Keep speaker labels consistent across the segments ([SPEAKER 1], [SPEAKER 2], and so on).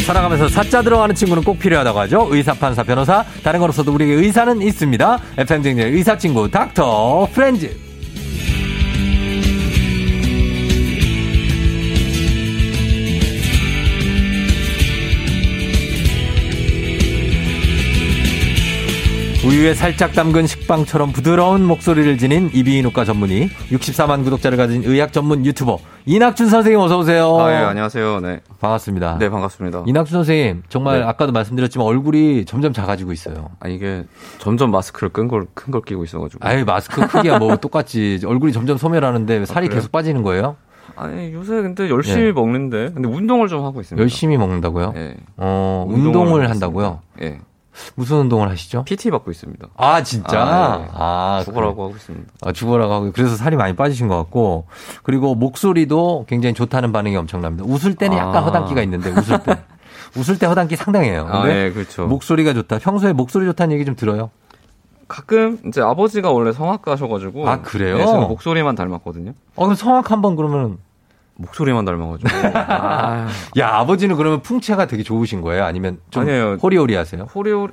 [SPEAKER 1] 살아가면서 사자 들어가는 친구는 꼭 필요하다고 하죠. 의사, 판사, 변호사. 다른 건 없어도 우리에게 의사는 있습니다. FM쟁쟁 의사 친구 닥터 프렌즈. 우유에 살짝 담근 식빵처럼 부드러운 목소리를 지닌 이비인후과 전문의 64만 구독자를 가진 의학 전문 유튜버 이낙준 선생님 어서 아. 오세요.
[SPEAKER 2] 아, 예, 안녕하세요. 네.
[SPEAKER 1] 반갑습니다.
[SPEAKER 2] 네, 반갑습니다.
[SPEAKER 1] 이낙준 선생님 정말
[SPEAKER 2] 네.
[SPEAKER 1] 아까도 말씀드렸지만 얼굴이 점점 작아지고 있어요.
[SPEAKER 2] 아, 이게 점점 마스크를 끈 걸, 큰 걸 끼고 있어가지고.
[SPEAKER 1] 아유 마스크 크기야 뭐 똑같지 얼굴이 점점 소멸하는데 왜 살이
[SPEAKER 2] 아, 그래요?
[SPEAKER 1] 계속 빠지는 거예요?
[SPEAKER 2] 아니, 요새 근데 열심히
[SPEAKER 1] 예.
[SPEAKER 2] 먹는데. 근데 운동을 좀 하고 있습니다.
[SPEAKER 1] 열심히 먹는다고요?
[SPEAKER 2] 예.
[SPEAKER 1] 어
[SPEAKER 2] 그러니까. 운동을
[SPEAKER 1] 운동을,
[SPEAKER 2] 하고
[SPEAKER 1] 한다고요?
[SPEAKER 2] 있습니다. 예.
[SPEAKER 1] 무슨 운동을 하시죠?
[SPEAKER 2] PT 받고 있습니다.
[SPEAKER 1] 아 진짜?
[SPEAKER 2] 아, 예.
[SPEAKER 1] 아,
[SPEAKER 2] 죽어라고 하고 있습니다.
[SPEAKER 1] 아, 죽어라고 하고 그래서 살이 많이 빠지신 것 같고 그리고 목소리도 굉장히 좋다는 반응이 엄청납니다. 웃을 때는 약간
[SPEAKER 2] 아.
[SPEAKER 1] 허당기가 있는데 웃을 때 웃을 때 허당기 상당해요.
[SPEAKER 2] 아,
[SPEAKER 1] 근데
[SPEAKER 2] 예, 그렇죠.
[SPEAKER 1] 목소리가 좋다. 평소에 목소리 좋다는 얘기 좀 들어요.
[SPEAKER 2] 가끔 이제 아버지가 원래 성악가셔가지고.
[SPEAKER 1] 아, 그래요?
[SPEAKER 2] 예, 제가 목소리만 닮았거든요.
[SPEAKER 1] 어 그럼 성악 한번 그러면
[SPEAKER 2] 목소리만 닮아가지고. 아,
[SPEAKER 1] 야 아버지는 그러면 풍채가 되게 좋으신 거예요? 아니면 좀
[SPEAKER 2] 아니에요.
[SPEAKER 1] 호리호리하세요?
[SPEAKER 2] 호리호리.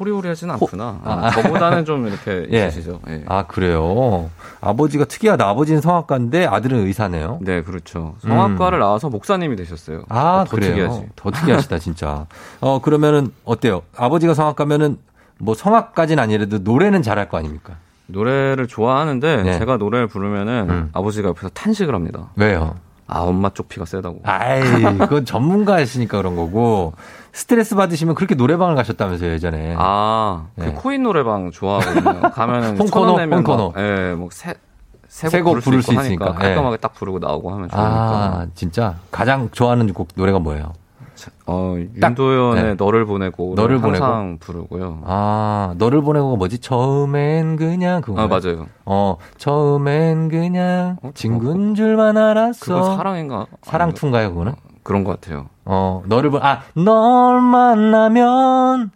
[SPEAKER 2] 호리호리 하진 않구나. 아, 저보다는 좀 이렇게
[SPEAKER 1] 예.
[SPEAKER 2] 있으시죠. 예.
[SPEAKER 1] 아 그래요. 아버지가 특이하다. 아버지는 성악가인데 아들은 의사네요.
[SPEAKER 2] 네, 그렇죠. 성악과를 나와서 목사님이 되셨어요.
[SPEAKER 1] 음. 아
[SPEAKER 2] 더
[SPEAKER 1] 그래요.
[SPEAKER 2] 특이하지.
[SPEAKER 1] 더 특이하시다 진짜. 어 그러면은 어때요? 아버지가 성악가면은 뭐 성악까진 아니라도 노래는 잘할 거 아닙니까?
[SPEAKER 2] 노래를 좋아하는데
[SPEAKER 1] 네.
[SPEAKER 2] 제가 노래를 부르면은
[SPEAKER 1] 음.
[SPEAKER 2] 아버지가 옆에서 탄식을 합니다.
[SPEAKER 1] 왜요?
[SPEAKER 2] 아 엄마 쪽 피가 세다고.
[SPEAKER 1] 아이, 그건 전문가이시니까 그런 거고. 스트레스 받으시면 그렇게 노래방을 가셨다면서요, 예전에.
[SPEAKER 2] 아, 그
[SPEAKER 1] 네.
[SPEAKER 2] 코인 노래방 좋아하거든요. 가면은
[SPEAKER 1] 홍 코너,
[SPEAKER 2] 천원 내면
[SPEAKER 1] 홍 코너.
[SPEAKER 2] 막, 예, 뭐세세곡
[SPEAKER 1] 세곡
[SPEAKER 2] 부를,
[SPEAKER 1] 부를
[SPEAKER 2] 수 있고
[SPEAKER 1] 수
[SPEAKER 2] 하니까
[SPEAKER 1] 있으니까, 네.
[SPEAKER 2] 깔끔하게 딱 부르고 나오고 하면 좋으니까.
[SPEAKER 1] 아, 진짜? 가장 좋아하는 곡, 노래가 뭐예요?
[SPEAKER 2] 어,
[SPEAKER 1] 딱.
[SPEAKER 2] 윤도현의
[SPEAKER 1] 네.
[SPEAKER 2] 너를 보내고
[SPEAKER 1] 너를
[SPEAKER 2] 너를 항상 부르고요.
[SPEAKER 1] 아, 너를 보내고가 뭐지? 처음엔 그냥 그거.
[SPEAKER 2] 아, 맞아요.
[SPEAKER 1] 어, 처음엔 그냥
[SPEAKER 2] 어,
[SPEAKER 1] 친구인 줄만 알았어.
[SPEAKER 2] 그거 사랑인가? 아닌가?
[SPEAKER 1] 사랑툰가요, 그거는?
[SPEAKER 2] 그런 것 같아요.
[SPEAKER 1] 어, 너를 보, 아, 널 만나면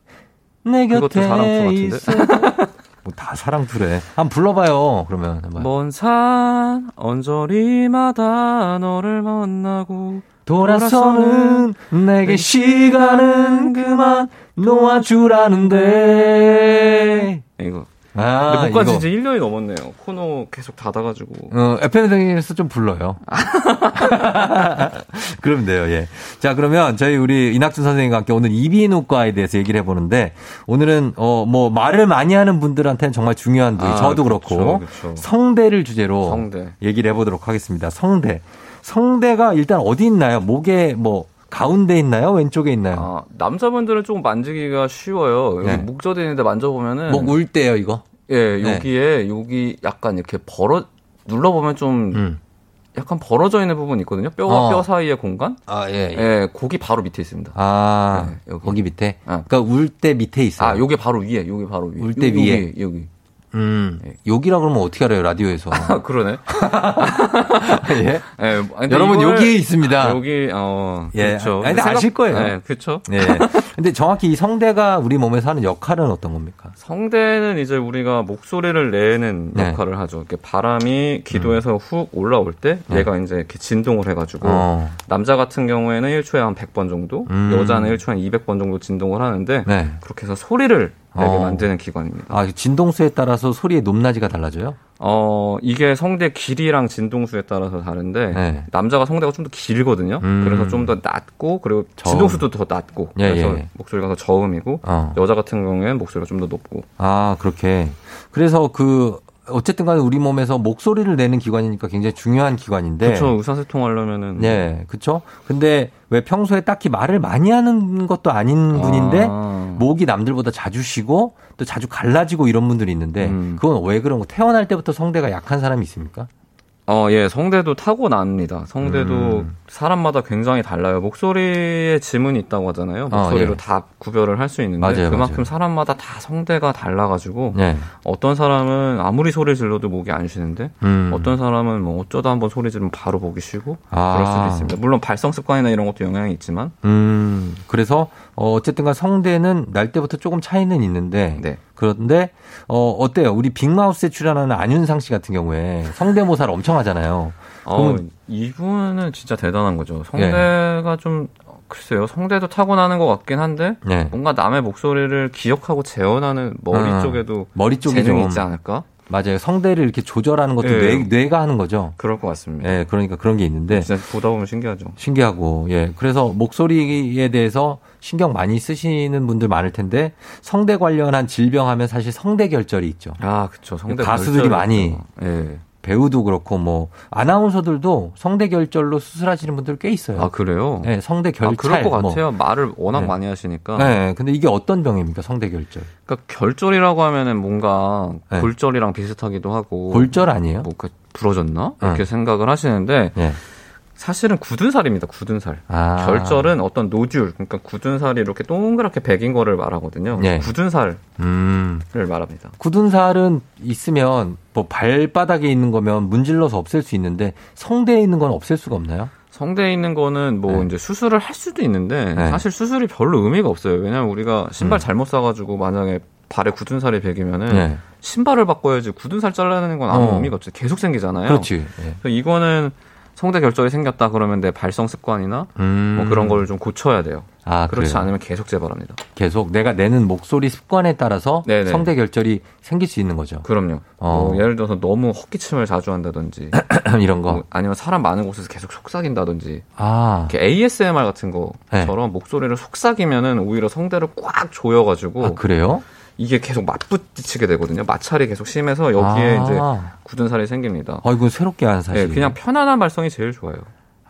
[SPEAKER 1] 내
[SPEAKER 2] 그것도
[SPEAKER 1] 곁에
[SPEAKER 2] 사랑툰 같은데?
[SPEAKER 1] 있어. 뭐다 뭐, 사랑투래. 한번 불러봐요, 그러면. 한번.
[SPEAKER 2] 먼 산 언저리마다 너를 만나고
[SPEAKER 1] 돌아서는 내게 시간은 그만 놓아주라는데.
[SPEAKER 2] 네, 이거
[SPEAKER 1] 아,
[SPEAKER 2] 근데 못 가지 이제 1년이 넘었네요. 코너 계속 닫아가지고.
[SPEAKER 1] 어, FM생에서 좀 불러요. 그러면 돼요, 예. 자, 그러면 저희 우리 이낙준 선생님과 함께 오늘 이비인후과에 대해서 얘기를 해보는데, 오늘은, 어, 뭐, 말을 많이 하는 분들한테는 정말 중요한 부위,
[SPEAKER 2] 아,
[SPEAKER 1] 저도
[SPEAKER 2] 그쵸,
[SPEAKER 1] 그렇죠, 그렇고,
[SPEAKER 2] 그쵸.
[SPEAKER 1] 성대를 주제로
[SPEAKER 2] 성대.
[SPEAKER 1] 얘기를 해보도록 하겠습니다. 성대. 성대가 일단 어디 있나요? 목에 뭐, 가운데 있나요? 왼쪽에 있나요?
[SPEAKER 2] 아, 남자분들은 조금 만지기가 쉬워요. 여기
[SPEAKER 1] 네.
[SPEAKER 2] 목젖에 있는데 만져보면은.
[SPEAKER 1] 아, 목 울 때요, 이거?
[SPEAKER 2] 예,
[SPEAKER 1] 네.
[SPEAKER 2] 여기에, 여기 약간 이렇게 벌어, 눌러보면 좀
[SPEAKER 1] 음.
[SPEAKER 2] 약간 벌어져 있는 부분이 있거든요. 뼈와
[SPEAKER 1] 어.
[SPEAKER 2] 뼈 사이의 공간?
[SPEAKER 1] 아,
[SPEAKER 2] 예, 거기 바로 밑에 있습니다.
[SPEAKER 1] 아,
[SPEAKER 2] 네, 여기.
[SPEAKER 1] 거기 밑에?
[SPEAKER 2] 아.
[SPEAKER 1] 그러니까 울 때 밑에 있어요.
[SPEAKER 2] 아, 요게 바로 위에, 요게 바로 위에.
[SPEAKER 1] 울때
[SPEAKER 2] 요- 요기,
[SPEAKER 1] 위에.
[SPEAKER 2] 여기.
[SPEAKER 1] 음. 욕이라 그러면 어떻게 알아요, 라디오에서.
[SPEAKER 2] 아, 그러네.
[SPEAKER 1] 예?
[SPEAKER 2] 예, 근데
[SPEAKER 1] 여러분,
[SPEAKER 2] 이거를- 아,
[SPEAKER 1] 여기에 있습니다.
[SPEAKER 2] 여기, 어.
[SPEAKER 1] 예,
[SPEAKER 2] 그렇죠.
[SPEAKER 1] 아, 근데 아실 거예요.
[SPEAKER 2] 예, 그렇죠.
[SPEAKER 1] 예. 근데 정확히 이 성대가 우리 몸에서 하는 역할은 어떤 겁니까?
[SPEAKER 2] 성대는 이제 우리가 목소리를 내는
[SPEAKER 1] 네. 음.
[SPEAKER 2] 역할을 하죠. 이렇게 바람이 기도에서 훅 올라올 때 얘가 이제 이렇게 진동을 해가지고
[SPEAKER 1] 네. 어.
[SPEAKER 2] 남자 같은 경우에는 1초에 한 100번 정도,
[SPEAKER 1] 음.
[SPEAKER 2] 여자는 1초에 한 200번 정도 진동을 하는데
[SPEAKER 1] 네.
[SPEAKER 2] 그렇게 해서 소리를 내게
[SPEAKER 1] 어.
[SPEAKER 2] 만드는 기관입니다.
[SPEAKER 1] 아, 진동수에 따라서 소리의 높낮이가 달라져요?
[SPEAKER 2] 어 이게 성대 길이랑 진동수에 따라서 다른데
[SPEAKER 1] 네.
[SPEAKER 2] 남자가 성대가 좀 더 길거든요.
[SPEAKER 1] 음.
[SPEAKER 2] 그래서 좀 더 낮고 그리고
[SPEAKER 1] 저음.
[SPEAKER 2] 진동수도 더 낮고
[SPEAKER 1] 예,
[SPEAKER 2] 그래서
[SPEAKER 1] 예, 예.
[SPEAKER 2] 목소리가 더 저음이고
[SPEAKER 1] 어.
[SPEAKER 2] 여자 같은 경우에는 목소리가 좀 더 높고
[SPEAKER 1] 아, 그렇게. 그래서 그, 어쨌든 간에 우리 몸에서 목소리를 내는 기관이니까 굉장히 중요한 기관인데.
[SPEAKER 2] 그렇죠. 의사소통하려면은
[SPEAKER 1] 예, 그쵸? 근데 왜 평소에 딱히 말을 많이 하는 것도 아닌 분인데,
[SPEAKER 2] 아.
[SPEAKER 1] 목이 남들보다 자주 쉬고, 또 자주 갈라지고 이런 분들이 있는데,
[SPEAKER 2] 음.
[SPEAKER 1] 그건 왜 그런 거, 태어날 때부터 성대가 약한 사람이 있습니까?
[SPEAKER 2] 어, 예, 성대도 타고납니다. 성대도
[SPEAKER 1] 음.
[SPEAKER 2] 사람마다 굉장히 달라요. 목소리에 지문이 있다고 하잖아요.
[SPEAKER 1] 아,
[SPEAKER 2] 목소리로
[SPEAKER 1] 예.
[SPEAKER 2] 다 구별을 할 수 있는데
[SPEAKER 1] 맞아요,
[SPEAKER 2] 그만큼
[SPEAKER 1] 맞아요.
[SPEAKER 2] 사람마다 다 성대가 달라가지고
[SPEAKER 1] 예.
[SPEAKER 2] 어떤 사람은 아무리 소리 질러도 목이 안 쉬는데
[SPEAKER 1] 음.
[SPEAKER 2] 어떤 사람은 뭐 어쩌다 한번 소리 지르면 바로 목이 쉬고
[SPEAKER 1] 아.
[SPEAKER 2] 그럴 수도 있습니다. 물론 발성 습관이나 이런 것도 영향이 있지만
[SPEAKER 1] 음, 그래서, 어, 어쨌든 간 성대는 날 때부터 조금 차이는 있는데,
[SPEAKER 2] 네.
[SPEAKER 1] 그런데, 어, 어때요? 우리 빅마우스에 출연하는 안윤상 씨 같은 경우에 성대모사를 엄청 하잖아요.
[SPEAKER 2] 어,
[SPEAKER 1] 그러면- 예.
[SPEAKER 2] 이분은 진짜 대단한 거죠. 성대가 좀 글쎄요, 성대도 타고나는 것 같긴 한데
[SPEAKER 1] 네.
[SPEAKER 2] 뭔가 남의 목소리를 기억하고 재현하는 머리
[SPEAKER 1] 아,
[SPEAKER 2] 쪽에도
[SPEAKER 1] 머리 쪽이
[SPEAKER 2] 재능이
[SPEAKER 1] 좀-
[SPEAKER 2] 있지 않을까?
[SPEAKER 1] 맞아요. 성대를 이렇게 조절하는 것도
[SPEAKER 2] 예.
[SPEAKER 1] 뇌, 뇌가 하는 거죠.
[SPEAKER 2] 그럴 것 같습니다.
[SPEAKER 1] 예, 그러니까 그런 게 있는데
[SPEAKER 2] 진짜 보다 보면 신기하죠.
[SPEAKER 1] 신기하고 예 그래서 목소리에 대해서 신경 많이 쓰시는 분들 많을 텐데 성대 관련한 질병하면 사실 성대 결절이 있죠
[SPEAKER 2] 아, 그쵸. 성대
[SPEAKER 1] 가수들이
[SPEAKER 2] 발전이
[SPEAKER 1] 많이 네.
[SPEAKER 2] 있죠. 예.
[SPEAKER 1] 배우도 그렇고 뭐 아나운서들도 성대 결절로 수술하시는 분들 꽤 있어요
[SPEAKER 2] 아, 그래요?
[SPEAKER 1] 예 성대 결절
[SPEAKER 2] 아, 그럴 것
[SPEAKER 1] 뭐.
[SPEAKER 2] 같아요. 말을 워낙
[SPEAKER 1] 네.
[SPEAKER 2] 많이 하시니까.
[SPEAKER 1] 예, 근데 이게 어떤 병입니까 성대 결절
[SPEAKER 2] 그러니까 결절이라고 하면은 뭔가
[SPEAKER 1] 네.
[SPEAKER 2] 골절이랑 비슷하기도 하고
[SPEAKER 1] 골절 네. 아니에요
[SPEAKER 2] 뭐 그 부러졌나 이렇게 생각을 하시는데
[SPEAKER 1] 예.
[SPEAKER 2] 사실은 굳은 살입니다. 굳은 살.
[SPEAKER 1] 아.
[SPEAKER 2] 결절은 어떤 노듈, 그러니까 굳은 살이 이렇게 동그랗게 베긴 거를 말하거든요.
[SPEAKER 1] 네.
[SPEAKER 2] 굳은 살을
[SPEAKER 1] 음
[SPEAKER 2] 말합니다.
[SPEAKER 1] 굳은 살은 있으면 뭐 발바닥에 있는 거면 문질러서 없앨 수 있는데 성대에 있는 건 없앨 수가 없나요
[SPEAKER 2] 성대에 있는 거는 뭐
[SPEAKER 1] 네.
[SPEAKER 2] 이제 수술을 할 수도 있는데
[SPEAKER 1] 네. 음.
[SPEAKER 2] 사실 수술이 별로 의미가 없어요. 왜냐면 우리가 신발 잘못 사가지고 만약에 발에 굳은 살이 베기면은
[SPEAKER 1] 네.
[SPEAKER 2] 신발을 바꿔야지 굳은 살 잘라내는 건 아무
[SPEAKER 1] 어.
[SPEAKER 2] 의미가 없죠. 계속 생기잖아요.
[SPEAKER 1] 그렇지 예.
[SPEAKER 2] 그래서 이거는 성대 결절이 생겼다 그러면 내 발성 습관이나
[SPEAKER 1] 음.
[SPEAKER 2] 뭐 그런 걸 좀 고쳐야 돼요.
[SPEAKER 1] 아,
[SPEAKER 2] 그렇지
[SPEAKER 1] 그래요?
[SPEAKER 2] 않으면 계속 재발합니다.
[SPEAKER 1] 계속 내가 내는 목소리 습관에 따라서
[SPEAKER 2] 네네.
[SPEAKER 1] 성대 결절이 생길 수 있는 거죠.
[SPEAKER 2] 그럼요.
[SPEAKER 1] 어. 네.
[SPEAKER 2] 뭐 예를 들어서 너무 헛기침을 자주 한다든지
[SPEAKER 1] 이런 거.
[SPEAKER 2] 뭐 아니면 사람 많은 곳에서 계속 속삭인다든지
[SPEAKER 1] 아,
[SPEAKER 2] 이렇게 ASMR 같은
[SPEAKER 1] 네.
[SPEAKER 2] 거처럼 목소리를 속삭이면은 오히려 성대를 꽉 조여가지고
[SPEAKER 1] 아, 그래요?
[SPEAKER 2] 이게 계속 맞부딪히게 되거든요. 마찰이 계속 심해서 여기에
[SPEAKER 1] 아.
[SPEAKER 2] 이제 굳은 살이 생깁니다.
[SPEAKER 1] 아, 이건 새롭게 한 사실.
[SPEAKER 2] 예, 그냥 편안한 발성이 제일 좋아요.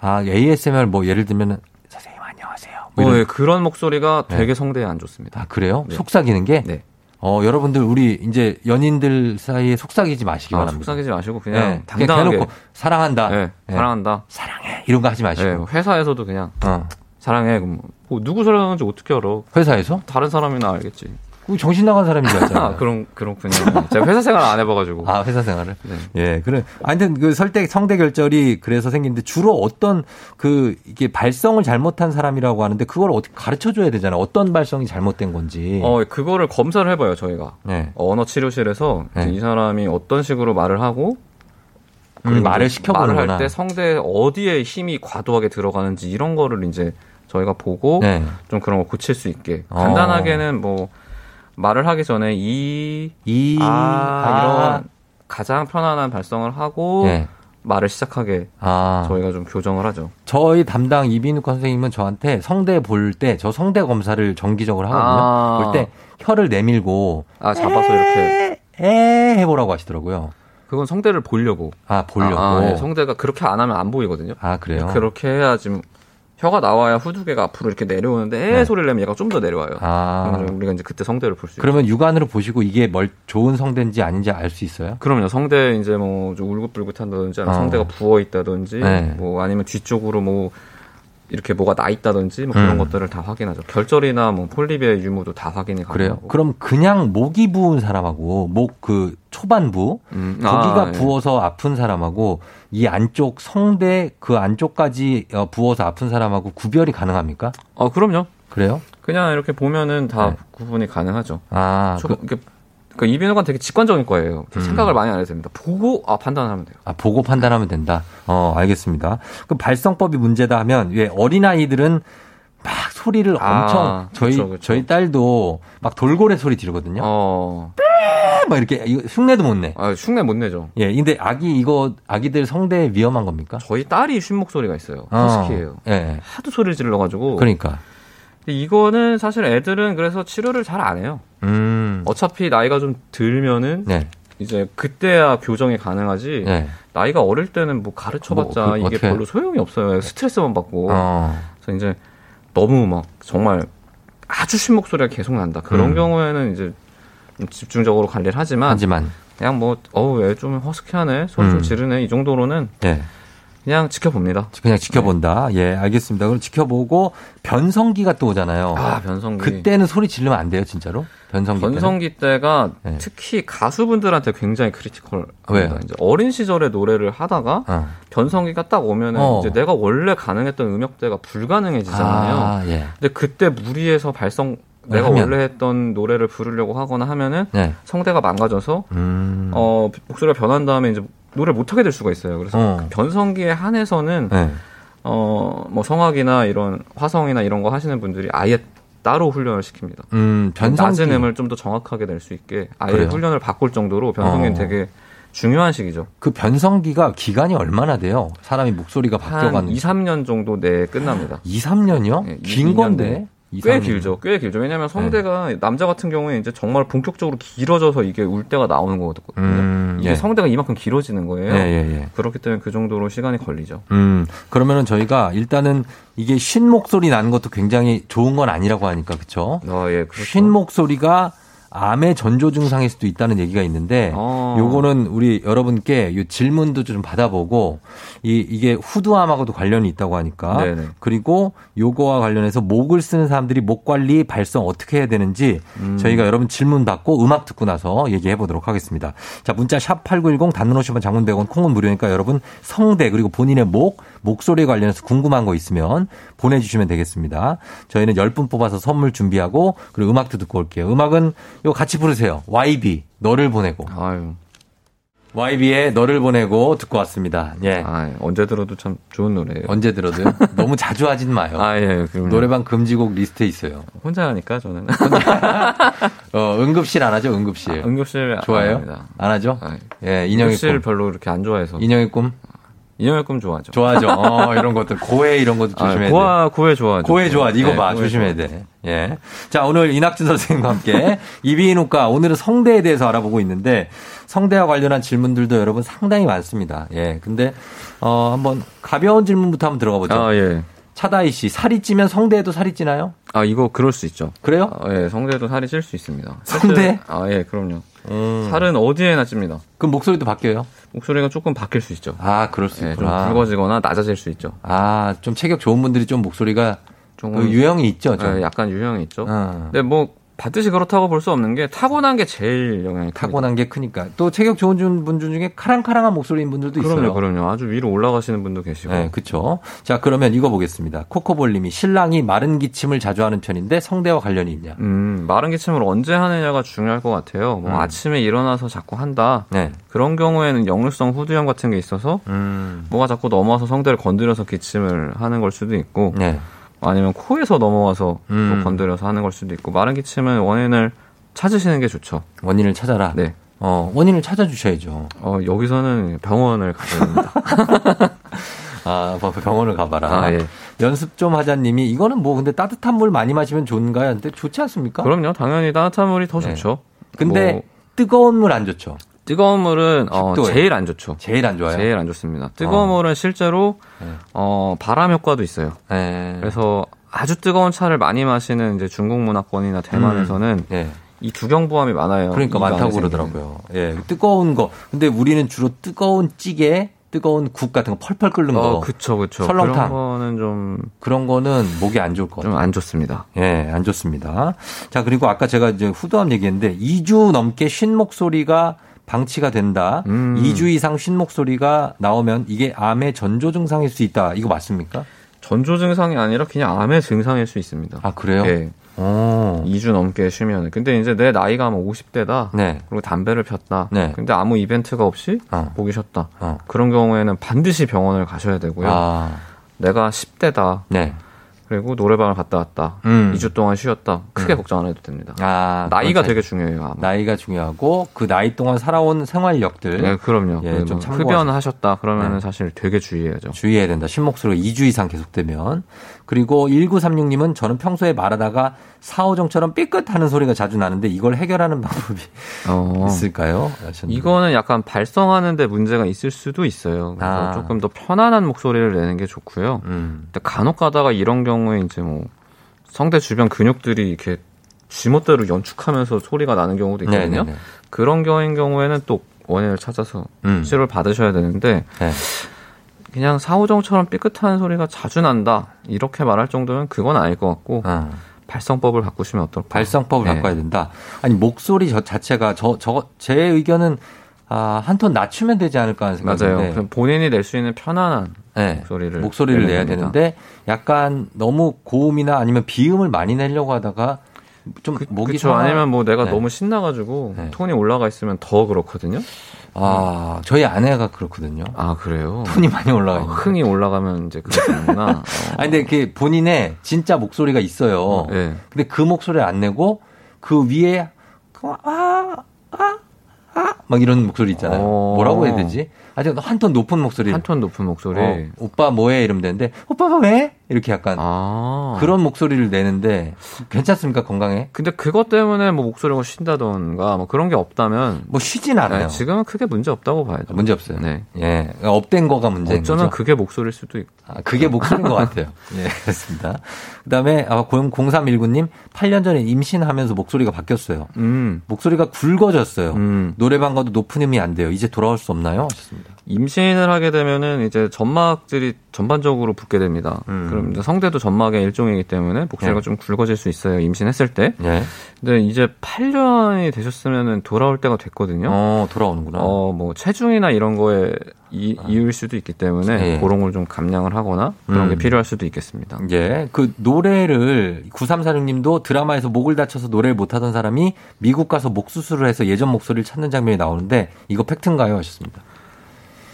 [SPEAKER 1] 아, ASMR 뭐 예를 들면 선생님 안녕하세요. 뭐
[SPEAKER 2] 어,
[SPEAKER 1] 이런-
[SPEAKER 2] 예, 그런 목소리가
[SPEAKER 1] 네.
[SPEAKER 2] 되게 성대에 안 좋습니다.
[SPEAKER 1] 아, 그래요?
[SPEAKER 2] 네.
[SPEAKER 1] 속삭이는 게?
[SPEAKER 2] 네.
[SPEAKER 1] 어, 여러분들 우리 이제 연인들 사이에 속삭이지 마시기
[SPEAKER 2] 아,
[SPEAKER 1] 바랍니다.
[SPEAKER 2] 속삭이지 마시고
[SPEAKER 1] 예,
[SPEAKER 2] 그냥
[SPEAKER 1] 그냥
[SPEAKER 2] 당당하게
[SPEAKER 1] 대놓고 사랑한다.
[SPEAKER 2] 예,
[SPEAKER 1] 예.
[SPEAKER 2] 사랑한다.
[SPEAKER 1] 사랑해. 이런 거 하지 마시고.
[SPEAKER 2] 예, 뭐 회사에서도 그냥
[SPEAKER 1] 어.
[SPEAKER 2] 사랑해. 그럼 뭐 누구 사랑하는지 어떻게 알아?
[SPEAKER 1] 회사에서?
[SPEAKER 2] 다른 사람이나 알겠지.
[SPEAKER 1] 그 정신 나간 사람인 줄 알잖아.
[SPEAKER 2] 아, 그런 그렇군요. 제가 회사 생활 안 해봐가지고.
[SPEAKER 1] 아, 회사 생활을?
[SPEAKER 2] 네.
[SPEAKER 1] 예, 그래. 아무튼 그 설대, 성대 결절이 그래서 생기는데 주로 어떤 그 이게 발성을 잘못한 사람이라고 하는데 그걸 어떻게 가르쳐 줘야 되잖아요. 어떤 발성이 잘못된 건지.
[SPEAKER 2] 어, 그거를 검사를 해봐요 저희가
[SPEAKER 1] 네.
[SPEAKER 2] 언어 치료실에서 이제
[SPEAKER 1] 네.
[SPEAKER 2] 이 사람이 어떤 식으로 말을 하고
[SPEAKER 1] 음, 말을
[SPEAKER 2] 네. 말을 할
[SPEAKER 1] 시켜보는구나.
[SPEAKER 2] 때 성대 어디에 힘이 과도하게 들어가는지 이런 거를 이제 저희가 보고
[SPEAKER 1] 네.
[SPEAKER 2] 좀 그런 거 고칠 수 있게
[SPEAKER 1] 어.
[SPEAKER 2] 간단하게는 뭐 말을 하기 전에 이,
[SPEAKER 1] 이,
[SPEAKER 2] 아,
[SPEAKER 1] 아.
[SPEAKER 2] 이런 가장 편안한 발성을 하고
[SPEAKER 1] 네.
[SPEAKER 2] 말을 시작하게
[SPEAKER 1] 아.
[SPEAKER 2] 저희가 좀 교정을 하죠.
[SPEAKER 1] 저희 담당 이비인후과 선생님은 저한테 성대 볼 때 저 성대 검사를 정기적으로 하거든요.
[SPEAKER 2] 아.
[SPEAKER 1] 볼 때 혀를 내밀고
[SPEAKER 2] 아 잡아서 이렇게
[SPEAKER 1] 에 해보라고 하시더라고요.
[SPEAKER 2] 그건 성대를 보려고
[SPEAKER 1] 아 보려고.
[SPEAKER 2] 아,
[SPEAKER 1] 아,
[SPEAKER 2] 아, 예. 성대가 그렇게 안 하면 안 보이거든요.
[SPEAKER 1] 그래요.
[SPEAKER 2] 그렇게 해야지 혀가 나와야 후두개가 앞으로 이렇게 내려오는데 에
[SPEAKER 1] 네.
[SPEAKER 2] 소리를 내면 얘가 좀 더 내려와요.
[SPEAKER 1] 아.
[SPEAKER 2] 그럼 우리가 이제 그때 성대를 볼 수 있어요.
[SPEAKER 1] 그러면 육안으로 보시고 이게 멀, 좋은 성대인지 아닌지 알 수 있어요?
[SPEAKER 2] 그럼요. 성대 이제 뭐좀 울긋불긋한다든지 아니면
[SPEAKER 1] 어.
[SPEAKER 2] 성대가 부어 있다든지
[SPEAKER 1] 네.
[SPEAKER 2] 뭐 아니면 뒤쪽으로 뭐 이렇게 뭐가 나 있다든지 뭐 그런
[SPEAKER 1] 음.
[SPEAKER 2] 것들을 다 확인하죠. 결절이나 뭐 폴립의 유무도 다 확인이
[SPEAKER 1] 그래요?
[SPEAKER 2] 가능하고.
[SPEAKER 1] 그럼 그냥 목이 부은 사람하고 목 그 초반부
[SPEAKER 2] 음, 아,
[SPEAKER 1] 거기가
[SPEAKER 2] 예.
[SPEAKER 1] 부어서 아픈 사람하고 이 안쪽 성대 그 안쪽까지 어, 부어서 아픈 사람하고 구별이 가능합니까?
[SPEAKER 2] 어, 그럼요.
[SPEAKER 1] 그래요?
[SPEAKER 2] 그냥 이렇게 보면은 다
[SPEAKER 1] 네.
[SPEAKER 2] 구분이 가능하죠.
[SPEAKER 1] 아,
[SPEAKER 2] 초,
[SPEAKER 1] 그-
[SPEAKER 2] 이렇게, 그러니까 이비인후과는 되게 직관적인 거예요.
[SPEAKER 1] 음.
[SPEAKER 2] 생각을 많이 안 해도 됩니다. 보고 아 판단하면 돼요.
[SPEAKER 1] 아, 보고 판단하면 된다. 어, 알겠습니다. 그 발성법이 문제다 하면 왜 어린 아이들은 막 소리를
[SPEAKER 2] 아,
[SPEAKER 1] 엄청 저희
[SPEAKER 2] 그쵸, 그쵸.
[SPEAKER 1] 저희 딸도 막 돌고래 소리 지르거든요. 아,
[SPEAKER 2] 어,
[SPEAKER 1] 막 이렇게 이거 흉내도 못 내.
[SPEAKER 2] 아, 흉내 못 내죠.
[SPEAKER 1] 예, 근데 아기 이거 아기들 성대에 위험한 겁니까?
[SPEAKER 2] 저희 딸이 쉰 목소리가 있어요. 허스키예요.
[SPEAKER 1] 어, 예, 예.
[SPEAKER 2] 하도 소리를 질러가지고.
[SPEAKER 1] 그러니까.
[SPEAKER 2] 근데 이거는 사실 애들은 그래서 치료를 잘 안 해요.
[SPEAKER 1] 음.
[SPEAKER 2] 어차피 나이가 좀 들면은
[SPEAKER 1] 네.
[SPEAKER 2] 이제 그때야 교정이 가능하지.
[SPEAKER 1] 네.
[SPEAKER 2] 나이가 어릴 때는 뭐 가르쳐봤자
[SPEAKER 1] 뭐, 그,
[SPEAKER 2] 이게
[SPEAKER 1] 어떻게- 예.
[SPEAKER 2] 별로 소용이 없어요. 스트레스만 받고.
[SPEAKER 1] 어.
[SPEAKER 2] 그래서 이제 너무 막 정말 아주 쉰 목소리가 계속 난다. 그런
[SPEAKER 1] 음.
[SPEAKER 2] 경우에는 이제 좀 집중적으로 관리를 하지만
[SPEAKER 1] 하지만
[SPEAKER 2] 그냥 뭐 어우 얘 좀 허스키하네 소리
[SPEAKER 1] 음.
[SPEAKER 2] 좀 지르네 이 정도로는
[SPEAKER 1] 예.
[SPEAKER 2] 그냥 지켜봅니다.
[SPEAKER 1] 그냥
[SPEAKER 2] 네.
[SPEAKER 1] 지켜본다. 예, 알겠습니다. 그럼 지켜보고 변성기가 또 오잖아요.
[SPEAKER 2] 아 변성기.
[SPEAKER 1] 어. 그때는 소리 지르면 안 돼요, 진짜로? 변성기 때는?
[SPEAKER 2] 변성기 때가
[SPEAKER 1] 네.
[SPEAKER 2] 특히 가수분들한테 굉장히 크리티컬합니다.
[SPEAKER 1] 왜요?
[SPEAKER 2] 이제 어린 시절에 노래를 하다가
[SPEAKER 1] 어.
[SPEAKER 2] 변성기가 딱 오면은
[SPEAKER 1] 어.
[SPEAKER 2] 이제 내가 원래 가능했던 음역대가 불가능해지잖아요.
[SPEAKER 1] 아, 예.
[SPEAKER 2] 근데 그때 무리해서 발성 내가
[SPEAKER 1] 하면.
[SPEAKER 2] 원래 했던 노래를 부르려고 하거나 하면은
[SPEAKER 1] 네.
[SPEAKER 2] 성대가 망가져서
[SPEAKER 1] 음.
[SPEAKER 2] 어 목소리가 변한 다음에 이제 노래 를 못하게 될 수가 있어요. 그래서
[SPEAKER 1] 어.
[SPEAKER 2] 변성기에 한해서는
[SPEAKER 1] 네.
[SPEAKER 2] 어, 뭐 성악이나 이런 화성이나 이런 거 하시는 분들이 아예 따로 훈련을 시킵니다.
[SPEAKER 1] 음, 변성기.
[SPEAKER 2] 낮은 음을 좀 더 정확하게 낼 수 있게 아예
[SPEAKER 1] 그래요?
[SPEAKER 2] 훈련을 바꿀 정도로 변성기는
[SPEAKER 1] 어.
[SPEAKER 2] 되게 중요한 시기죠.
[SPEAKER 1] 그 변성기가 기간이 얼마나 돼요? 사람이 목소리가
[SPEAKER 2] 한
[SPEAKER 1] 바뀌어가는.
[SPEAKER 2] 2, 3년 정도 내에 끝납니다.
[SPEAKER 1] 2, 3년이요?
[SPEAKER 2] 예, 이-
[SPEAKER 1] 긴
[SPEAKER 2] 이
[SPEAKER 1] 건데. 이, 네.
[SPEAKER 2] 꽤
[SPEAKER 1] 삼 년.
[SPEAKER 2] 길죠. 꽤 길죠. 왜냐하면 성대가 남자 같은 경우에 이제 정말 본격적으로 길어져서 이게 울 때가 나오는 거거든요.
[SPEAKER 1] 음,
[SPEAKER 2] 이게
[SPEAKER 1] 예.
[SPEAKER 2] 성대가 이만큼 길어지는 거예요.
[SPEAKER 1] 예, 예, 예.
[SPEAKER 2] 그렇기 때문에 그 정도로 시간이 걸리죠.
[SPEAKER 1] 음, 그러면은 저희가 일단은 이게 쉰 목소리 나는 것도 굉장히 좋은 건 아니라고 하니까, 그쵸?
[SPEAKER 2] 아, 예, 그렇죠.
[SPEAKER 1] 쉰 목소리가 암의 전조 증상일 수도 있다는 얘기가 있는데,
[SPEAKER 2] 아.
[SPEAKER 1] 네. 요거는 우리 여러분께 요 질문도 좀 받아보고, 이, 이게 후두암하고도 관련이 있다고 하니까,
[SPEAKER 2] 네네.
[SPEAKER 1] 그리고 요거와 관련해서 목을 쓰는 사람들이 목 관리, 발성 어떻게 해야 되는지 저희가 여러분 질문 받고 음악 듣고 나서 얘기해 보도록 하겠습니다. 자, 문자 샵 8910 단문 50원 장문 100원 콩은 무료니까 여러분 성대 그리고 본인의 목, 목소리에 관련해서 궁금한 거 있으면 보내주시면 되겠습니다. 저희는 10분 뽑아서 선물 준비하고 그리고 음악도 듣고 올게요. 음악은 요 같이 부르세요. YB, 너를 보내고.
[SPEAKER 2] 아유,
[SPEAKER 1] YB의 너를 보내고 듣고 왔습니다. 예.
[SPEAKER 2] 아, 예. 언제 들어도 참 좋은 노래예요.
[SPEAKER 1] 언제 들어도요? 너무 자주 하진 마요. 아,
[SPEAKER 2] 아, 예, 그럼 노래
[SPEAKER 1] 노래방 금지곡 리스트에 있어요.
[SPEAKER 2] 혼자 하니까 저는
[SPEAKER 1] 어, 응급실 안 하죠, 응급실.
[SPEAKER 2] 아, 응급실
[SPEAKER 1] 네. 좋아해요?
[SPEAKER 2] 안 합니다.
[SPEAKER 1] 안 하죠?
[SPEAKER 2] 아,
[SPEAKER 1] 예, 인형의
[SPEAKER 2] 응급실
[SPEAKER 1] 꿈.
[SPEAKER 2] 별로 그렇게 안 좋아해서
[SPEAKER 1] 인형의 꿈.
[SPEAKER 2] 인형의 꿈 좋아하죠.
[SPEAKER 1] 좋아하죠. 어, 이런 것들. 고해 이런 것도
[SPEAKER 2] 아,
[SPEAKER 1] 조심해야 돼.
[SPEAKER 2] 고아 고해 좋아하죠.
[SPEAKER 1] 고해 좋아. 이거
[SPEAKER 2] 예,
[SPEAKER 1] 봐.
[SPEAKER 2] 고해
[SPEAKER 1] 조심해야 돼. 예. 자, 오늘 이낙준 선생님과 함께 이비인후과 오늘은 성대에 대해서 알아보고 있는데 성대와 관련한 질문들도 여러분 상당히 많습니다. 예. 근데 어, 한번 가벼운 질문부터 한번 들어가 보죠.
[SPEAKER 2] 좋아. 아, 예.
[SPEAKER 1] 차다희 씨, 살이 찌면 성대에도 살이 찌나요?
[SPEAKER 2] 아, 이거 그럴 수 있죠.
[SPEAKER 1] 그래요?
[SPEAKER 2] 아, 예, 성대도 살이 찔 수 있습니다.
[SPEAKER 1] 성대?
[SPEAKER 2] 아, 예, 그럼요.
[SPEAKER 1] 음.
[SPEAKER 2] 살은 어디에나 찝니다.
[SPEAKER 1] 그럼 목소리도 바뀌어요?
[SPEAKER 2] 목소리가 조금 바뀔 수 있죠.
[SPEAKER 1] 아, 그럴 수
[SPEAKER 2] 예, 좀
[SPEAKER 1] 있구나.
[SPEAKER 2] 굵어지거나 낮아질 수 있죠.
[SPEAKER 1] 아, 좀 체격 좋은 분들이 좀 목소리가
[SPEAKER 2] 조금
[SPEAKER 1] 그 유형이 있죠,
[SPEAKER 2] 예,
[SPEAKER 1] 좀.
[SPEAKER 2] 약간 유형이 있죠.
[SPEAKER 1] 어.
[SPEAKER 2] 근데 뭐 반드시 그렇다고 볼 수 없는 게 타고난 게 제일 영향이 큽니다.
[SPEAKER 1] 타고난 게 크니까. 또 체격 좋은 분- 분 중에 카랑카랑한 목소리인 분들도 있어요.
[SPEAKER 2] 그럼요, 그럼요. 아주 위로 올라가시는 분도 계시고.
[SPEAKER 1] 네, 그쵸. 자, 그러면 이거 보겠습니다. 코코볼님이 신랑이 마른 기침을 자주 하는 편인데 성대와 관련이 있냐?
[SPEAKER 2] 음, 마른 기침을 언제 하느냐가 중요할 것 같아요. 뭐
[SPEAKER 1] 음.
[SPEAKER 2] 아침에 일어나서 자꾸 한다.
[SPEAKER 1] 네.
[SPEAKER 2] 그런 경우에는 역류성 후두염 같은 게 있어서
[SPEAKER 1] 음.
[SPEAKER 2] 뭐가 자꾸 넘어와서 성대를 건드려서 기침을 하는 걸 수도 있고
[SPEAKER 1] 네.
[SPEAKER 2] 아니면 코에서 넘어와서 또
[SPEAKER 1] 음.
[SPEAKER 2] 건드려서 하는 걸 수도 있고 마른 기침은 원인을 찾으시는 게 좋죠.
[SPEAKER 1] 원인을 찾아라.
[SPEAKER 2] 네.
[SPEAKER 1] 어, 원인을 찾아주셔야죠.
[SPEAKER 2] 어, 여기서는 병원을 가야 됩니다.
[SPEAKER 1] 아,
[SPEAKER 2] 뭐
[SPEAKER 1] 봐- 병원을 가봐라.
[SPEAKER 2] 아, 예.
[SPEAKER 1] 연습 좀 하자님이 이거는 뭐 근데 따뜻한 물 많이 마시면 좋은가요? 근데 좋지 않습니까?
[SPEAKER 2] 그럼요. 당연히 따뜻한 물이 더
[SPEAKER 1] 네.
[SPEAKER 2] 좋죠.
[SPEAKER 1] 근데
[SPEAKER 2] 뭐
[SPEAKER 1] 뜨거운 물 안 좋죠.
[SPEAKER 2] 뜨거운 물은 어,
[SPEAKER 1] 식도에.
[SPEAKER 2] 제일 안 좋죠.
[SPEAKER 1] 제일 안 좋아요.
[SPEAKER 2] 제일 안 좋습니다. 뜨거운
[SPEAKER 1] 어.
[SPEAKER 2] 물은 실제로
[SPEAKER 1] 네.
[SPEAKER 2] 어, 바람 효과도 있어요.
[SPEAKER 1] 예.
[SPEAKER 2] 그래서 아주 뜨거운 차를 많이 마시는 이제 중국 문화권이나 대만에서는
[SPEAKER 1] 예.
[SPEAKER 2] 이 두경부함이 많아요.
[SPEAKER 1] 그러니까
[SPEAKER 2] 입 안에
[SPEAKER 1] 많다고
[SPEAKER 2] 생기는.
[SPEAKER 1] 그러더라고요. 예, 뜨거운 거. 근데 우리는 주로 뜨거운 찌개, 뜨거운 국 같은 거 펄펄 끓는 거.
[SPEAKER 2] 어, 그쵸, 그쵸.
[SPEAKER 1] 설렁탕.
[SPEAKER 2] 그런 거는 좀,
[SPEAKER 1] 그런 거는 목에 안 좋을 것 같아요.
[SPEAKER 2] 좀 안 좋습니다.
[SPEAKER 1] 예, 안 좋습니다. 자, 그리고 아까 제가 이제 후두암 얘기했는데 2주 넘게 쉰 목소리가 방치가 된다.
[SPEAKER 2] 음.
[SPEAKER 1] 2주 이상 쉰 목소리가 나오면 이게 암의 전조 증상일 수 있다. 이거 맞습니까?
[SPEAKER 2] 전조 증상이 아니라 그냥 암의 증상일 수 있습니다.
[SPEAKER 1] 아, 그래요?
[SPEAKER 2] 예.
[SPEAKER 1] 오.
[SPEAKER 2] 2주 넘게 쉬면. 근데 이제 내 나이가 뭐 50대다.
[SPEAKER 1] 네.
[SPEAKER 2] 그리고 담배를 폈다.
[SPEAKER 1] 네.
[SPEAKER 2] 근데 아무 이벤트가 없이
[SPEAKER 1] 어.
[SPEAKER 2] 보기 쉬었다.
[SPEAKER 1] 어.
[SPEAKER 2] 그런 경우에는 반드시 병원을 가셔야 되고요.
[SPEAKER 1] 아.
[SPEAKER 2] 내가 10대다.
[SPEAKER 1] 네.
[SPEAKER 2] 그리고 노래방을 갔다 왔다.
[SPEAKER 1] 음.
[SPEAKER 2] 2주 동안 쉬었다. 크게 걱정 안 해도 됩니다.
[SPEAKER 1] 아,
[SPEAKER 2] 나이가
[SPEAKER 1] 그렇죠.
[SPEAKER 2] 되게 중요해요. 아마.
[SPEAKER 1] 나이가 중요하고 그 나이 동안 살아온 생활력들
[SPEAKER 2] 네, 그럼요.
[SPEAKER 1] 예,
[SPEAKER 2] 그리고
[SPEAKER 1] 좀 참고하세요. 네.
[SPEAKER 2] 흡연하셨다 그러면 은 사실 되게 주의해야죠.
[SPEAKER 1] 주의해야 된다. 쉰목소리가 2주 이상 계속되면. 그리고 1936님은 저는 평소에 말하다가 사오정처럼 삐끗하는 소리가 자주 나는데 이걸 해결하는 방법이
[SPEAKER 2] 어.
[SPEAKER 1] 있을까요? 하셨는데.
[SPEAKER 2] 이거는 약간 발성하는데 문제가 있을 수도 있어요. 그래서
[SPEAKER 1] 아.
[SPEAKER 2] 조금 더 편안한 목소리를 내는 게 좋고요.
[SPEAKER 1] 음.
[SPEAKER 2] 근데 간혹 가다가 이런 경우에 이제 뭐 성대 주변 근육들이 이렇게 지멋대로 연축하면서 소리가 나는 경우도 있거든요.
[SPEAKER 1] 네네네.
[SPEAKER 2] 그런 경우인 경우에는 또 원인을 찾아서
[SPEAKER 1] 음.
[SPEAKER 2] 치료를 받으셔야 되는데
[SPEAKER 1] 네.
[SPEAKER 2] 그냥 사오정처럼 삐끗한 소리가 자주 난다 이렇게 말할 정도면 그건 아닐 것 같고
[SPEAKER 1] 어.
[SPEAKER 2] 발성법을 바꾸시면 어떨까?
[SPEAKER 1] 발성법을
[SPEAKER 2] 네.
[SPEAKER 1] 바꿔야 된다. 아니 목소리 저 자체가 저 저 제 의견은 아, 한 톤 낮추면 되지 않을까 하는
[SPEAKER 2] 맞아요.
[SPEAKER 1] 생각인데.
[SPEAKER 2] 그냥 본인이 낼 수 있는 편안한
[SPEAKER 1] 네.
[SPEAKER 2] 목소리를
[SPEAKER 1] 목소리를 내야
[SPEAKER 2] 내는 겁니다.
[SPEAKER 1] 되는데 약간 너무 고음이나 아니면 비음을 많이 내려고 하다가 좀 목이
[SPEAKER 2] 그쵸
[SPEAKER 1] 상하-
[SPEAKER 2] 아니면 뭐 내가
[SPEAKER 1] 네.
[SPEAKER 2] 너무 신나가지고
[SPEAKER 1] 네.
[SPEAKER 2] 톤이 올라가 있으면 더 그렇거든요.
[SPEAKER 1] 아, 저희 아내가 그렇거든요.
[SPEAKER 2] 아 그래요?
[SPEAKER 1] 톤이 많이 올라가
[SPEAKER 2] 아,
[SPEAKER 1] 있는.
[SPEAKER 2] 흥이 올라가면 이제 그게 되는구나. 어.
[SPEAKER 1] 아 근데 그 본인의 진짜 목소리가 있어요.
[SPEAKER 2] 예.
[SPEAKER 1] 근데 그 목소리를 안 내고 그 위에 아아아막 이런 목소리 있잖아요.
[SPEAKER 2] 어.
[SPEAKER 1] 뭐라고 해야 되지? 아주 한 톤 높은 목소리.
[SPEAKER 2] 한 톤 높은 목소리.
[SPEAKER 1] 어, 오빠 뭐해 이러면 되는데 오빠가 왜? 이렇게 약간
[SPEAKER 2] 아.
[SPEAKER 1] 그런 목소리를 내는데 괜찮습니까 건강에?
[SPEAKER 2] 근데 그것 때문에 뭐 목소리가 쉰다던가 뭐 그런 게 없다면
[SPEAKER 1] 뭐 쉬진 않아요.
[SPEAKER 2] 네, 지금은 크게 문제 없다고 봐야죠.
[SPEAKER 1] 문제 없어요.
[SPEAKER 2] 네.
[SPEAKER 1] 예, 그러니까 업된 거가 문제인
[SPEAKER 2] 어쩌면
[SPEAKER 1] 거죠.
[SPEAKER 2] 그게 목소리일 수도 있고.
[SPEAKER 1] 아, 그게 목소리인 것 같아요. 예, 그렇습니다. 그다음에 아, 0319님 8년 전에 임신하면서 목소리가 바뀌었어요.
[SPEAKER 2] 음.
[SPEAKER 1] 목소리가 굵어졌어요.
[SPEAKER 2] 음.
[SPEAKER 1] 노래방 가도 높은 음이 안 돼요. 이제 돌아올 수 없나요? 하셨습니다.
[SPEAKER 2] 임신을 하게 되면은 이제 점막질이 전반적으로 붓게 됩니다.
[SPEAKER 1] 음.
[SPEAKER 2] 그럼 이제 성대도 점막의 일종이기 때문에
[SPEAKER 1] 네.
[SPEAKER 2] 목소리가 좀 굵어질 수 있어요. 임신했을 때.
[SPEAKER 1] 예.
[SPEAKER 2] 근데 네, 이제 8년이 되셨으면은 돌아올 때가 됐거든요.
[SPEAKER 1] 어, 돌아오는구나.
[SPEAKER 2] 어, 뭐, 체중이나 이런 거에 이, 이유일 수도 있기 때문에,
[SPEAKER 1] 아. 예.
[SPEAKER 2] 그런 걸 좀 감량을 하거나, 그런
[SPEAKER 1] 음.
[SPEAKER 2] 게 필요할 수도 있겠습니다.
[SPEAKER 1] 예. 그 노래를 9346님도 드라마에서 목을 다쳐서 노래를 못 하던 사람이 미국 가서 목 수술을 해서 예전 목소리를 찾는 장면이 나오는데 이거 팩트인가요? 하셨습니다.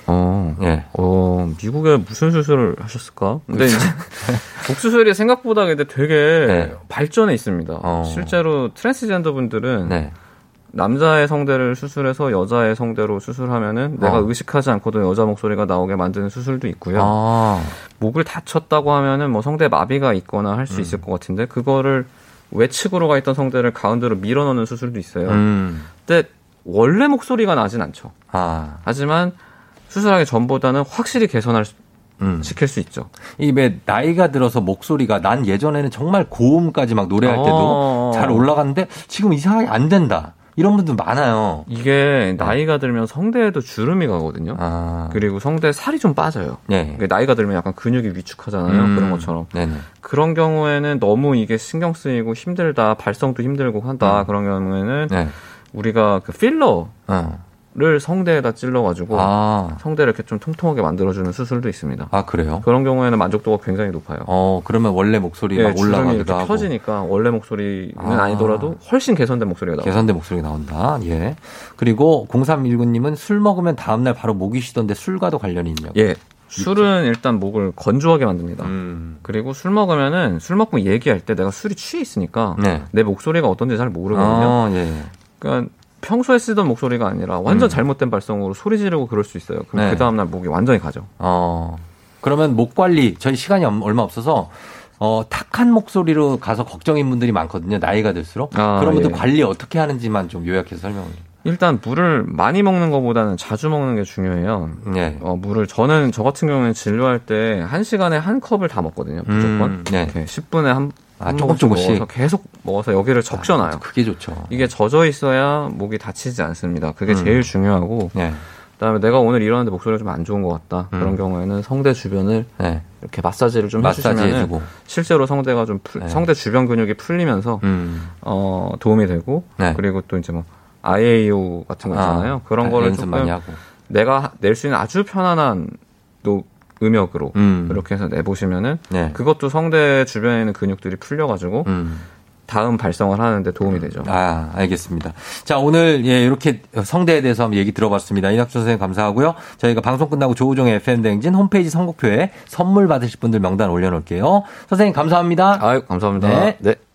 [SPEAKER 2] 어,
[SPEAKER 1] 예.
[SPEAKER 2] 어, 미국에 무슨 수술을 하셨을까? 근데 이제, 복수술이 생각보다 근데 되게
[SPEAKER 1] 네.
[SPEAKER 2] 발전해 있습니다.
[SPEAKER 1] 어.
[SPEAKER 2] 실제로 트랜스젠더 분들은,
[SPEAKER 1] 네.
[SPEAKER 2] 남자의 성대를 수술해서 여자의 성대로 수술하면은, 내가
[SPEAKER 1] 어.
[SPEAKER 2] 의식하지 않고도 여자 목소리가 나오게 만드는 수술도 있고요.
[SPEAKER 1] 아.
[SPEAKER 2] 목을 다쳤다고 하면은 뭐 성대 마비가 있거나
[SPEAKER 1] 음.
[SPEAKER 2] 할 수 있을 것 같은데 그거를 외측으로 가 있던 성대를 가운데로 밀어넣는 수술도 있어요.
[SPEAKER 1] 음.
[SPEAKER 2] 근데 원래 목소리가 나진 않죠.
[SPEAKER 1] 아.
[SPEAKER 2] 하지만 수술하기 전보다는 확실히 개선할 수,
[SPEAKER 1] 음.
[SPEAKER 2] 시킬 수 있죠.
[SPEAKER 1] 이왜 나이가 들어서 목소리가 난 예전에는 정말 고음까지 막 노래할 때도
[SPEAKER 2] 어.
[SPEAKER 1] 잘 올라갔는데 지금 이상하게 안 된다. 이런 분들 많아요.
[SPEAKER 2] 이게 나이가 들면 성대에도 주름이 가거든요.
[SPEAKER 1] 아.
[SPEAKER 2] 그리고 성대 살이 좀 빠져요.
[SPEAKER 1] 네.
[SPEAKER 2] 이게 나이가 들면 약간 근육이 위축하잖아요.
[SPEAKER 1] 음.
[SPEAKER 2] 그런 것처럼.
[SPEAKER 1] 네네.
[SPEAKER 2] 그런 경우에는 너무 이게 신경 쓰이고 힘들다, 발성도 힘들고 한다. 그런 경우에는
[SPEAKER 1] 음. 네.
[SPEAKER 2] 우리가 그 필러
[SPEAKER 1] 어.
[SPEAKER 2] 를 성대에다 찔러가지고
[SPEAKER 1] 아.
[SPEAKER 2] 성대를 이렇게 좀 통통하게 만들어주는 수술도 있습니다.
[SPEAKER 1] 아, 그래요?
[SPEAKER 2] 그런 경우에는 만족도가 굉장히 높아요.
[SPEAKER 1] 어, 그러면 원래 목소리
[SPEAKER 2] 예,
[SPEAKER 1] 막
[SPEAKER 2] 주름이 이렇게
[SPEAKER 1] 올라가기도 하고.
[SPEAKER 2] 펴지니까 원래 목소리는
[SPEAKER 1] 아.
[SPEAKER 2] 아. 니더라도 훨씬 개선된 목소리가 나와요.
[SPEAKER 1] 개선된 목소리가 나온다. 예. 그리고 0319님은 술 먹으면 다음날 바로 목이 쉬던데 술과도 관련이 있냐고.
[SPEAKER 2] 예, 술은 일단 목을 건조하게 만듭니다.
[SPEAKER 1] 음.
[SPEAKER 2] 그리고 술 먹으면은 술 먹고 얘기할 때 내가 술이 취해 있으니까
[SPEAKER 1] 네.
[SPEAKER 2] 내 목소리가 어떤지 잘 모르거든요.
[SPEAKER 1] 아, 예.
[SPEAKER 2] 그러니까 평소에 쓰던 목소리가 아니라 완전
[SPEAKER 1] 음.
[SPEAKER 2] 잘못된 발성으로 소리 지르고 그럴 수 있어요. 그럼
[SPEAKER 1] 네.
[SPEAKER 2] 그 다음날 목이 완전히 가죠.
[SPEAKER 1] 어. 그러면 목 관리, 저희 시간이 엄- 얼마 없어서, 어, 탁한 목소리로 가서 걱정인 분들이 많거든요. 나이가 들수록.
[SPEAKER 2] 아,
[SPEAKER 1] 그런 분들
[SPEAKER 2] 예.
[SPEAKER 1] 관리 어떻게 하는지만 좀 요약해서 설명을.
[SPEAKER 2] 일단 물을 많이 먹는 것보다는 자주 먹는 게 중요해요.
[SPEAKER 1] 예.
[SPEAKER 2] 어, 물을 저는 저 같은 경우는 진료할 때 한시간에한 컵을 다 먹거든요. 무조건.
[SPEAKER 1] 음, 네.
[SPEAKER 2] 이렇게 10분에 한,
[SPEAKER 1] 아,
[SPEAKER 2] 한
[SPEAKER 1] 조금
[SPEAKER 2] 모금씩
[SPEAKER 1] 조금씩.
[SPEAKER 2] 음,
[SPEAKER 1] 아,
[SPEAKER 2] 먹어서 계속 먹어서 여기를 적셔놔요.
[SPEAKER 1] 그게 좋죠.
[SPEAKER 2] 이게 젖어 있어야 목이 다치지 않습니다. 그게
[SPEAKER 1] 음.
[SPEAKER 2] 제일 중요하고
[SPEAKER 1] 예.
[SPEAKER 2] 그다음에 내가 오늘 일어났는데 목소리가 좀 안 좋은 것 같다.
[SPEAKER 1] 음.
[SPEAKER 2] 그런 경우에는 성대 주변을
[SPEAKER 1] 예.
[SPEAKER 2] 이렇게 마사지를 좀
[SPEAKER 1] 마사지
[SPEAKER 2] 해주시면
[SPEAKER 1] 해주고.
[SPEAKER 2] 실제로 성대가 좀 풀-
[SPEAKER 1] 네.
[SPEAKER 2] 성대 주변 근육이 풀리면서
[SPEAKER 1] 음.
[SPEAKER 2] 어, 도움이 되고
[SPEAKER 1] 네.
[SPEAKER 2] 그리고 또 이제 뭐 IAO 같은 거 있잖아요. 그런 거를
[SPEAKER 1] 연습 많이
[SPEAKER 2] 조금
[SPEAKER 1] 하고.
[SPEAKER 2] 내가 낼 수 있는 아주 편안한 노, 음역으로
[SPEAKER 1] 음.
[SPEAKER 2] 이렇게 해서 내보시면은
[SPEAKER 1] 네.
[SPEAKER 2] 그것도 성대 주변에 있는 근육들이 풀려가지고
[SPEAKER 1] 음.
[SPEAKER 2] 다음 발성을 하는데 도움이 되죠.
[SPEAKER 1] 아, 알겠습니다. 자, 오늘 예, 이렇게 성대에 대해서 한번 얘기 들어봤습니다. 이낙준 선생님 감사하고요. 저희가 방송 끝나고 조우종의 FM 대행진 홈페이지 선곡표에 선물 받으실 분들 명단 올려놓을게요. 선생님 감사합니다.
[SPEAKER 2] 아유 감사합니다.
[SPEAKER 1] 네.
[SPEAKER 2] 네.